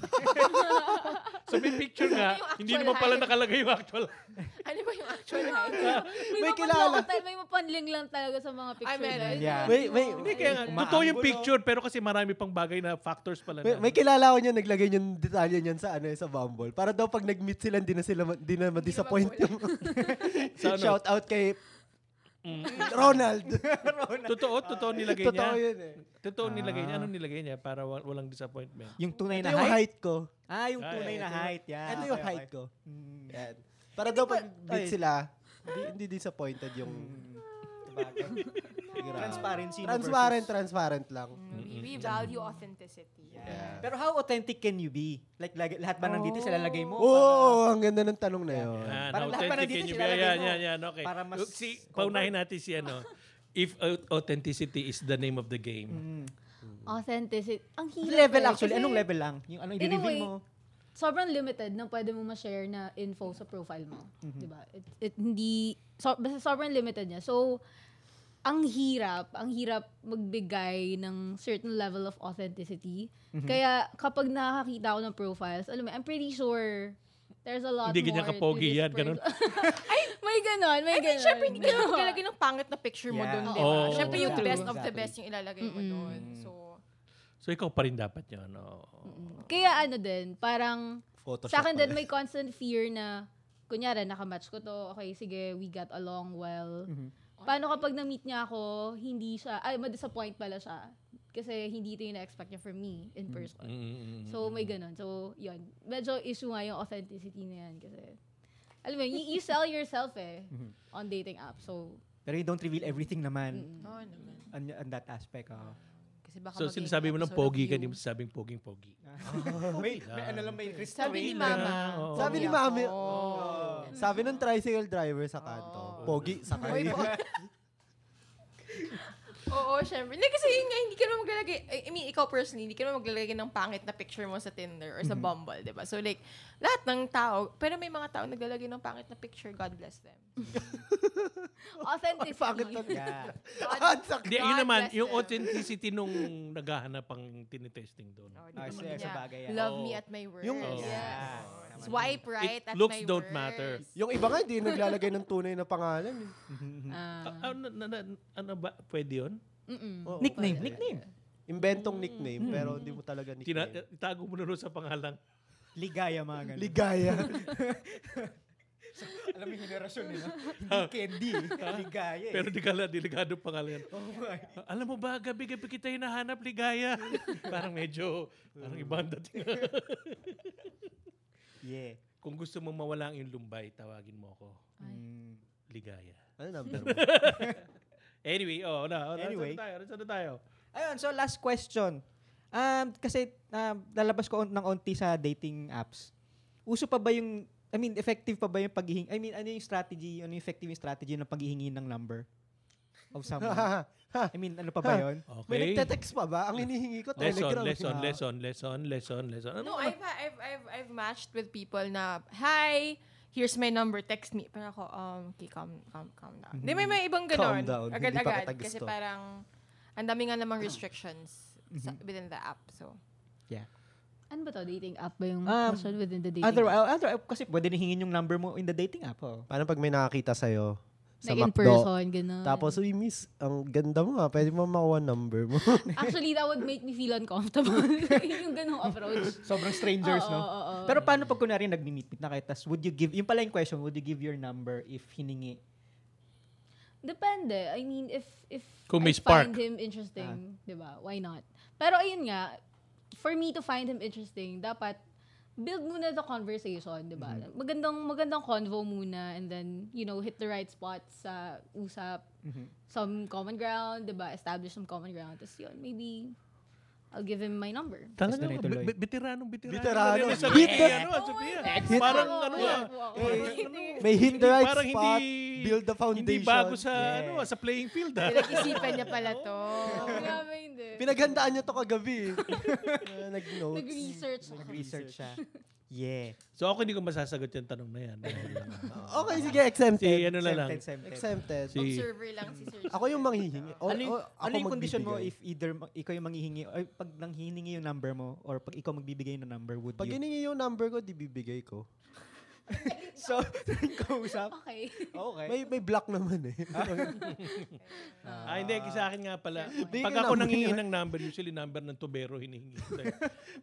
B: So may picture nga,
D: Yung
B: hindi
D: actual
B: naman pala
D: height.
B: nakalagay yung actual.
D: ano ba yung actual height?
E: May,
C: May
E: may
C: kilala.
E: May mapanling lang talaga sa mga picture.
D: Ay, meron.
E: niya.
A: Yeah.
C: May, may,
B: Hindi kaya nga,
A: Umaanggulo.
B: totoo yung picture, pero kasi marami pang bagay na factors pala.
C: may,
B: na-
C: may kilala ko niyan, naglagay niyan detalye niyan sa ano eh, sa Bumble. Para daw pag nag-meet sila, hindi na sila ma- hindi na ma-disappoint yung
B: Sa ano?
C: shout out kay Mm. Ronald.
B: Totoo, totoo nilagay niya.
C: Totoo yun eh.
B: Totoo nilagay niya. Anong nilagay niya para wa- walang disappointment?
A: Yung tunay
C: Ito
A: na
C: yung
A: height.
C: height ko.
A: Ah, yung
B: Ah,
A: tunay na
B: yeah, ito yung-
A: height. Yeah.
C: Ito yung
A: Okay, Mm. okay.
C: height ko. Yan. Para daw pag meet
A: Ay.
C: sila, hindi, hindi disappointed yung
A: Mm. Transparency. no,
C: transparent, transparent lang.
D: We value authenticity.
A: versus- Pero how authentic can you be? Like, lag- lahat ba nandito sila lagay mo?
C: Oo, oh,
A: para-
C: ang ganda ng tanong na yun.
A: Parang lahat
B: Yan,
A: pa
B: authentic
A: nandito
B: can you
A: sila
B: be?
A: lagay
B: Yan,
A: mo.
B: yan, yan. Okay.
A: Para mas
B: si, paunahin natin si ano. If au- authenticity is the name of the game.
A: Mm.
E: Authenticity. Ang hirap.
A: Level
E: eh,
A: actually.
E: kasi
A: Anong level lang? Yung anong
E: In a
A: i-reveal
E: way,
A: mo?
E: Sobrang limited na pwede mo ma-share na info sa profile mo.
B: Mhm.
E: Diba? It, it hindi, so, basta sobrang limited niya. So, ang hirap, ang hirap magbigay ng certain level of authenticity.
B: Mhm.
E: Kaya kapag nakakita ako ng profiles, alam mo, I'm pretty sure there's a lot
B: Hindi
E: more.
B: ganyan
E: to
B: kapogi
E: this
B: yan, ganun.
E: person. Ay, may ganon, may
D: I mean,
E: ganon.
D: syempre, hindi ka
E: No.
D: maglalagay ng pangit na picture mo
A: Yeah.
D: dun, di ba?
B: Oo.
D: syempre, yung
A: Exactly.
D: best of the
A: Exactly.
D: best yung ilalagay mo dun. So,
B: So ikaw pa rin dapat yun. No?
E: Kaya ano din, parang
C: Photoshop
E: sa akin din
C: pala.
E: may constant fear na kunyari nakamatch ko to, okay sige we got along well.
C: Mm-hmm.
E: Paano kapag na-meet niya ako, hindi siya, ay ma-disappoint pala siya. Kasi hindi ito yung na-expect niya from me
C: Mm-hmm.
E: in
B: Mm,
E: person. So may ganun. So yun, medyo issue nga yung authenticity na yan kasi alam mo, yun, you, you sell yourself eh
C: Mm-hmm.
E: on dating app. So
A: Pero you don't reveal everything naman
D: oo naman.
A: on, on that aspect. Oh.
D: ano Kasi baka
B: So
D: maging
B: sinasabi mo lang
D: episode of
B: pogi ka,
D: you.
B: di mo sabing poging-pogi.
C: Ah.
A: may, may ano lang, may restraint.
D: Sabi ni mama.
B: Oo. Mm.
C: Sabi ni
D: Pogi
C: mami,
D: ako.
C: sabi ng tricycle driver sa kanto, Oh. pogi sa
D: Uy,
C: kanto.
D: po- Oo, syempre. Hindi kasi yun nga, hindi ka naman maglalagay, eh, I mean, ikaw personally, hindi ka naman maglalagay ng pangit na picture mo sa Tinder or sa Bumble, di ba? So like, lahat ng tao, pero may mga tao naglalagay ng pangit na picture, God bless them.
E: authenticity.
C: Bakit na
A: Yeah.
C: Ah, sak-
B: Hindi,
D: God
B: yun naman,
D: bless
B: yung
D: them.
B: authenticity nung naghahanap ang tinitesting doon.
D: Oh, di
A: Ah,
D: ba
A: sige,
D: niya,
A: sa bagay yan.
D: Love
B: Oo.
D: me at my worst.
C: Yung-
A: Yeah.
D: Swipe right
B: It-
D: at
B: looks
D: my
B: don't
D: worst.
B: matter.
C: Yung iba nga, hindi naglalagay ng tunay na pangalan. eh.
E: Ah,
B: Ah, ano, na- na- ano ba? Pwede yun?
E: mm-mm.
C: Oo.
A: Nickname, nickname.
C: Inventong nickname,
E: Hmm.
C: pero hindi mo talaga
B: Tina,
C: nickname.
B: itago mo na doon sa pangalang.
A: Ligaya mga ganun.
C: Ligaya.
A: Alam mo yung henerasyon nila. Hindi candy. Ligaya eh.
B: Pero di ka lang, delikado pangalan.
A: Oh my.
B: Alam mo ba, gabi-gabi kita hinahanap, ligaya. parang medyo, parang ibang dating.
C: Mm.
A: Yeah.
B: Kung gusto mong mawala ang iyong lumbay, tawagin mo ako.
A: Mm.
B: Ligaya.
C: Ano number mo?
B: Anyway, oh, na, oh,
A: Anyway.
B: anyway. tayo, nasa na tayo.
A: Ayun, so last question. Um, kasi um, lalabas ko on, ng onti sa dating apps. Uso pa ba yung, I mean, effective pa ba yung paghihingi? I mean, ano yung strategy, ano yung effective yung strategy ng paghihingi ng number of someone? I mean, ano pa ba yun?
B: Okay.
C: May nagte-text pa ba? Ang hinihingi ko,
B: Lesson,
C: telegram.
B: lesson,
C: Ah.
B: lesson, lesson, lesson, lesson. Ano
D: No,
B: mga-
D: I've, I've, I've, I've matched with people na, hi, here's my number, text me. Pero ako, um, okay, calm, calm, calm down. Hindi, may, may ibang
C: Mm-hmm. Calm
D: ganun.
C: down, hindi pa
D: Agad-agad.
C: kita
D: Kasi
C: gusto.
D: parang, ang dami nga namang restrictions sa-
C: Mm-hmm.
D: within the app. So,
E: Ano ba to? Dating app ba yung
A: Um,
E: person within the dating
A: Other,
E: app?
A: uh, other, app kasi pwede na hingin yung number mo in the dating app. Oh.
C: Paano pag may nakakita sa'yo sa
E: Like in
C: McDo?
E: person, gano'n.
C: Tapos, uy, miss, ang ganda mo ha. Pwede mo makuha number mo.
E: Actually, that would make me feel uncomfortable. yung ganong approach.
A: Sobrang strangers,
E: Oo,
A: no?
E: oo, oo.
A: Pero paano pag kunwari nagmi-meet-meet na kayo, tas would you give, yung pala yung question, would you give your number if hiningi?
E: Depende. I mean, if if
B: Kung may
E: I find
B: spark.
E: him interesting,
A: Ah.
E: 'di ba? Why not? Pero ayun nga, for me to find him interesting, dapat build muna the conversation, 'di ba?
A: Mm-hmm.
E: Magandang magandang convo muna and then, you know, hit the right spot sa usap,
A: Mm-hmm.
E: some common ground, 'di ba? Establish some common ground. Tapos yun, maybe I'll give him my number.
B: Talaga,
A: Tapos tuloy-tuloy.
B: bi- bi- bitiranong bitirano.
C: Bitirano.
B: Ano, sabi,
C: Bit-
B: ano, sabi,
E: Oo,
B: ah,
E: eh,
B: parang
E: ako,
B: ano,
E: eh,
B: ah,
E: ako, ako.
B: parang ano,
C: May hit the
B: hindi-
C: right
B: parang
C: spot,
B: hindi-
C: build the
B: Hindi
C: foundation.
B: bago sa,
A: Yeah.
B: ano, ah, sa playing field. ah.
D: pinag-isipan niya pala to.
E: Grabe hindi.
C: Pinaghandaan niyo to kagabi. uh, nag-notes.
E: Nag-research ako.
A: Nag-research siya. Yeah.
B: So ako hindi ko masasagot yung tanong na yan.
C: Okay, sige, exempted.
B: si ano na lang.
A: Exempted, exempted.
C: exempted.
B: Si-
D: Observer lang si Sir
C: Ako yung manghihingi. O,
A: ano yung,
C: o, ako
A: ano yung condition mo
C: magbibigay.
A: if either ma- ikaw yung manghihingi or pag nang hiningi yung number mo or pag ikaw magbibigay ng number would
C: Pag
A: you?
C: hiningi yung number ko, di bibigay ko.
A: so, yung kausap.
E: Okay.
A: Okay.
C: May may block naman eh.
B: Ah, hindi. Sa akin nga pala.
C: Hindi
B: Pag
C: ka
B: ako
C: number
B: nangingi
C: yun.
B: ng number, usually number ng tubero hinihingi. ko sa'yo.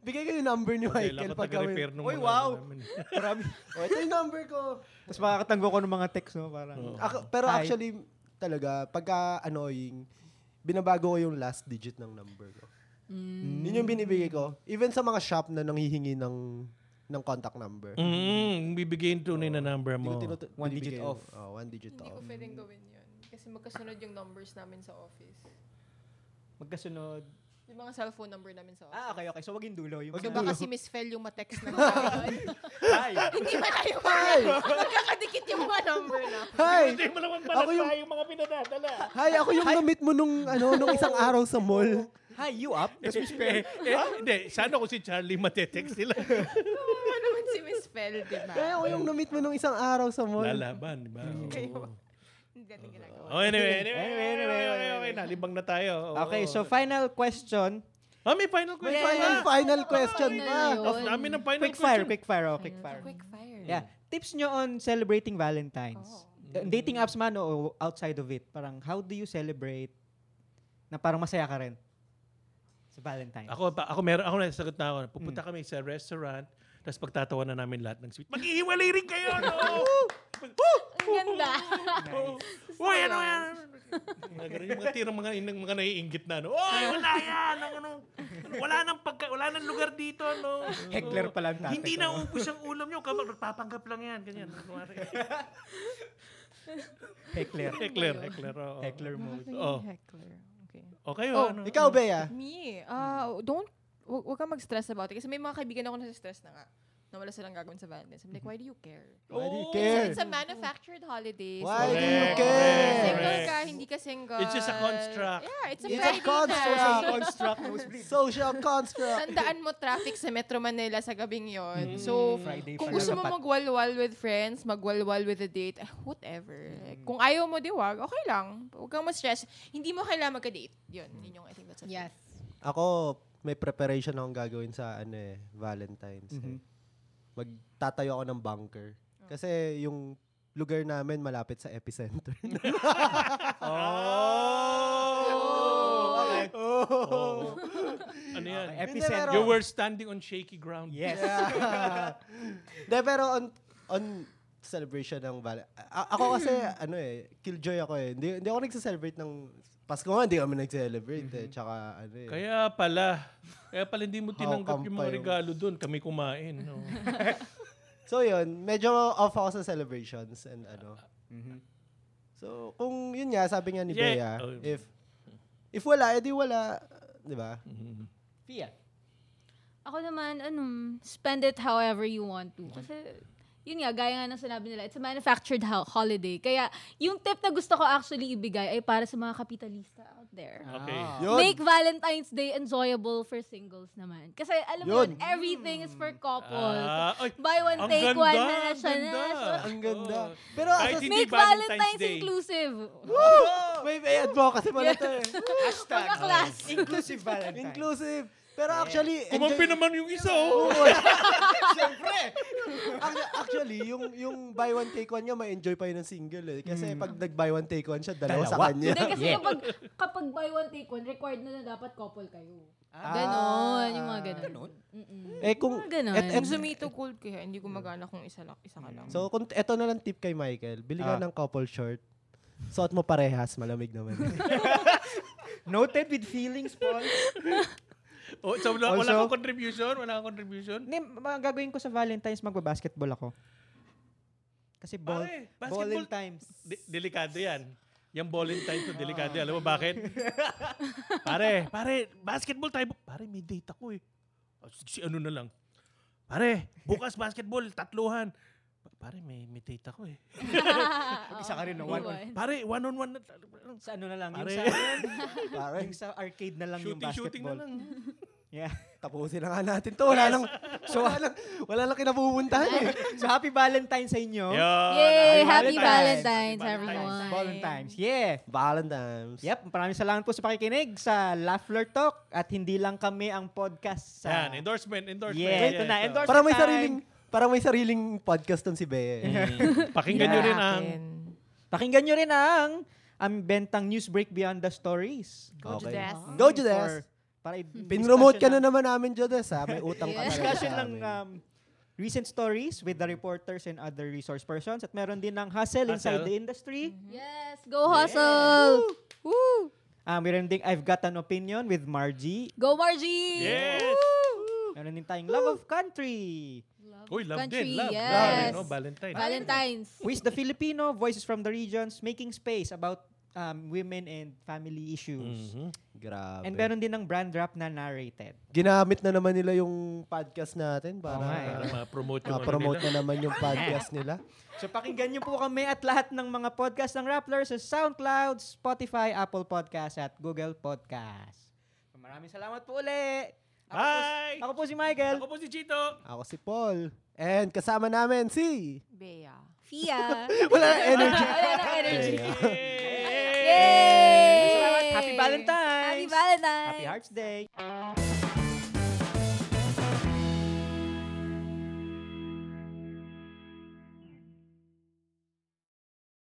C: Bigay ko yung number ni
B: Dahil ako
C: Michael pag
B: taga-repair
C: kami.
B: nung
A: Uy,
B: mga
A: wow!
B: ano namin.
A: Marami.
C: Oh, ito yung number ko.
A: Tapos makakatanggo ko ng mga text no parang.
B: Oo.
C: Ako- pero
A: Hi.
C: actually, talaga, pagka annoying, binabago ko yung last digit ng number ko.
D: Mm.
C: Yun yung binibigay ko. Even sa mga shop na nanghihingi ng ng contact number.
B: Mm, bibigihin tunay na number
C: Hindi ko
B: mo.
C: tinutu-
A: One digit
C: binibigay-
A: off.
C: Oh, one digit
D: Hindi ko
C: off.
D: pwedeng gawin yun. Kasi magkasunod yung numbers namin sa office.
A: Magkasunod.
D: Yung mga cellphone number namin sa office.
A: Ah, okay, okay. So, wag yung dulo. Yung
C: Wag
D: So,
A: mga-
C: yung
D: baka si Miss Fel yung matext na tayo.
A: Hi.
D: Hindi ba tayo Magkakadikit yung mga number na.
C: Hi!
B: Hindi mo naman
C: pala Ako yung-
B: yung mga pinadadala.
C: Hi! Ako yung na-meet mo nung, ano, nung isang araw sa mall.
A: Hi, you up? Tapos may spell.
B: eh, eh, hindi, sana ko si Charlie matetext sila.
D: Ano naman si Miss Fel, di ba?
C: Kaya ako yung na-meet mo nung isang araw sa mall.
B: Lalaban, di ba? Oo.
D: Hindi natin ginagawa.
B: Oh, anyway, anyway,
A: Anyway,
B: anyway,
A: anyway,
B: anyway, okay,
A: anyway.
B: okay, nalibang na tayo. Oo.
A: Okay, so final question.
B: Ah, may final
C: May
B: question.
C: final,
B: pa.
C: final question
E: Ano
C: pa.
E: yun?
B: Off namin ng final
A: Quick fire,
B: question.
A: quick fire, oh, quick fire.
D: Quick fire.
A: Yeah. Tips nyo on celebrating Valentine's.
D: Oh.
A: Uh, Dating apps man o outside of it. Parang how do you celebrate na parang masaya ka rin sa Valentine's?
B: Ako, pa, ako meron, ako nasagot na ako. Pupunta kami sa restaurant, tapos pagtatawa na namin lahat ng sweet. Maghihiwalay rin kayo, no?
E: Ang ganda.
A: Nice.
B: Uy, ano yan? Mga ganun, yung mga tirang mga inang mga naiingit na, no? Uy, wala yan! Ano, ano, wala nang pagka, wala nang lugar dito, no?
A: Heckler
B: Oo.
A: pala ang oh. tatay
B: Hindi
A: ko.
B: na ubus ang ulam nyo. Kapag papanggap lang yan. Ganyan. Kunwari.
A: Heckler.
B: heckler, heckler. oo.
A: Heckler mode.
B: Oh.
D: Heckler. Okay.
B: Okay,
C: Oh,
B: ano?
C: ikaw, Bea.
D: Me, uh, don't, wag, wag kang mag-stress about it. Kasi may mga kaibigan ako na stress na nga. Na wala silang gagawin sa Valentine's. I'm like, why do you care?
C: Why do you
B: Oh.
C: care?
D: It's a manufactured holiday.
C: Why do you
B: Correct,
C: care?
D: Single
B: correct.
D: ka, hindi ka single.
B: It's just a construct.
D: Yeah, it's
C: It's
D: a
C: a
D: Friday
C: construct.
D: night.
A: construct nosebleed.
C: Social construct.
D: Tandaan mo traffic sa Metro Manila sa gabing
B: Hmm.
D: yon.
B: Mm-hmm.
D: So,
A: Friday
D: kung
A: pala.
D: gusto mo
A: Sapat.
D: magwalwal with friends, magwalwal with a date, ah, whatever. Like, Kung ayaw mo, di wag. Okay lang. Huwag kang ma-stress. Hindi mo kailangan magka-date. Yun. Yun yung I think that's a
E: Yes.
C: Ako, may preparation akong gagawin sa ano eh, Valentine's. eh. Magtatayo ako ng bunker. Kasi yung lugar namin malapit sa epicenter.
B: Oh!
A: Okay.
B: Oh. ano yan?
A: Okay, epicenter.
B: You were standing on shaky ground.
A: Yes.
C: Yeah. De, pero on, on celebration ng Val... A- ako kasi, ano eh, killjoy ako eh. Hindi, hindi ako nagsa-celebrate ng... Pasko nga, hindi kami nag-celebrate eh. Tsaka ano eh.
B: Kaya pala. Kaya pala hindi mo
C: How
B: tinanggap
C: come
B: yung
C: pa
B: mga
C: yung-
B: regalo doon. Kami kumain. No?
C: So yun, medyo off ako sa celebrations and ano.
B: Mm-hmm.
C: So kung yun nga, sabi nga ni
B: Yeah.
C: Bea,
B: Oh.
C: if if wala, edi wala. Di ba?
A: Pia.
E: Ako naman, anong, spend it however you want to. Kasi, yun nga, gaya nga ng sinabi nila, it's a manufactured ho- holiday. Kaya, yung tip na gusto ko actually ibigay ay para sa mga kapitalista out there.
B: Okay.
A: Ah.
C: Yun.
E: Make Valentine's Day enjoyable for singles naman. Kasi, alam mo
C: Yun.
E: yun, everything is for couples.
B: Ah, ay,
E: Buy one,
B: ang
E: take
B: ganda,
E: one na na
B: ang
E: siya na.
B: ganda.
E: So,
C: Ang ganda.
B: Oo.
C: Pero
B: Oh. Kahit
C: as a,
B: hindi
E: make
B: Valentine's
E: Valentine's,
B: Day.
E: inclusive.
C: Woo! May may advocacy pala to eh.
A: Hashtag.
E: Pagka-class.
A: Inclusive Valentine.
C: Inclusive. Pero actually,
B: Kumampi
C: enjoy-
B: naman yung isa, oh.
A: Siyempre.
C: Ac- actually, yung yung buy one take one niya, ma-enjoy pa yun ng single eh. Kasi pag nag-buy one take one siya, dalawa, sa
A: Dalawa.
C: kanya.
E: Hindi, kasi
B: Yeah.
E: kapag, kapag buy one, take one, required na na dapat couple kayo.
A: Ah.
E: Ganon, yung mga ganon.
A: Ganun.
C: Eh kung...
E: Mga ganon.
C: et- et-
D: Ang sumito cold kaya hindi gumagana kung isa, lang, isa ka lang.
C: so, kung eto na lang tip kay Michael, bili ka
A: Ah.
C: ng couple short, suot mo parehas, malamig naman.
A: Noted with feelings, Paul.
B: oh so, wala, wala
C: Also-
B: kang contribution? Wala kang contribution?
A: Hindi, mga gagawin ko sa Valentine's, magbabasketball ako. Kasi ball,
B: Pare,
A: ball in
B: basketball-
A: times.
B: De- delikado yan. Yung bowling time to delikado yan. Alam mo bakit? pare, pare, basketball tayo. Pare, may date ako eh. Ah, Si, si ano na lang. Pare, bukas basketball, tatluhan. Pa- Pare, may, may date ako eh.
A: Isa ka rin na
E: One.
A: one.
B: Pare, one-on-one na.
A: Sa ano na lang, yung
B: Pare.
A: sa,
C: Pare,
A: yung sa arcade na lang yung
B: Shooting,
A: basketball.
B: shooting na lang.
A: Yeah.
C: tapusin na nga natin to. Wala lang, so, wala lang, wala lang kinapupuntahan eh.
A: So, happy Valentine's sa inyo.
B: Yun.
E: Yay! Happy
A: Happy
E: Valentine's,
B: Valentine's,
E: everyone.
A: Valentine's. Yeah.
C: Valentine's.
A: Yep, maraming salamat po sa pakikinig sa Laughler Talk at hindi lang kami ang podcast sa...
B: Yan, endorsement, endorsement.
A: Yeah, ito na, endorse-
C: Parang may
A: Time.
C: sariling, parang may sariling podcast tong si Bea. eh.
A: Mm-hmm.
B: Mm. Pakinggan nyo rin ang...
A: Pakinggan nyo rin ang ang bentang News Break Beyond the Stories.
D: Go
C: Okay.
D: Judas.
C: Go, Judas! Hmm.
A: For- Para i-
C: Pinromote ka na
A: discussion
C: naman namin, Judas, ha? May utang ka
A: ng-
C: talaga
E: Yeah.
A: Discussion
C: sa
A: ng
C: amin.
A: um, recent stories with the reporters and other resource persons. At meron din ng Hustle Inside
B: Hustle.
A: the Industry.
E: Yes, go hustle! Woo!
A: Um, meron ding I've Got an Opinion with Margie.
E: Go Margie!
B: Yes!
A: Meron din tayong Love of Country.
E: Love
B: Uy, love
E: country,
B: din, love.
E: Yes.
B: Love din, no? Valentine.
E: Valentine's.
A: Who is the Filipino? Voices from the Regions. Making Space about um, women and family issues.
B: Mhm.
C: Mm-hmm. Grabe.
A: And meron din ng brand rap na narrated.
C: Ginamit na naman nila yung podcast natin para
A: Oo nga eh.
B: Para ma-promote yung... ano
C: ma-promote
B: nila.
C: na naman yung podcast nila.
A: So pakinggan niyo po kami at lahat ng mga podcast ng Rappler sa SoundCloud, Spotify, Apple Podcast at Google Podcast. So, Maraming salamat po uli. Ako po-
B: Bye!
A: Ako po si Michael.
B: Ako po si Chito.
C: Ako si Paul. And kasama namin si...
D: Bea.
E: Fia.
C: Wala na energy.
E: Wala na energy.
B: Yay!
E: Yay!
A: Salamat. Happy Valentine's.
E: Happy Valentine's!
A: Happy Hearts Day.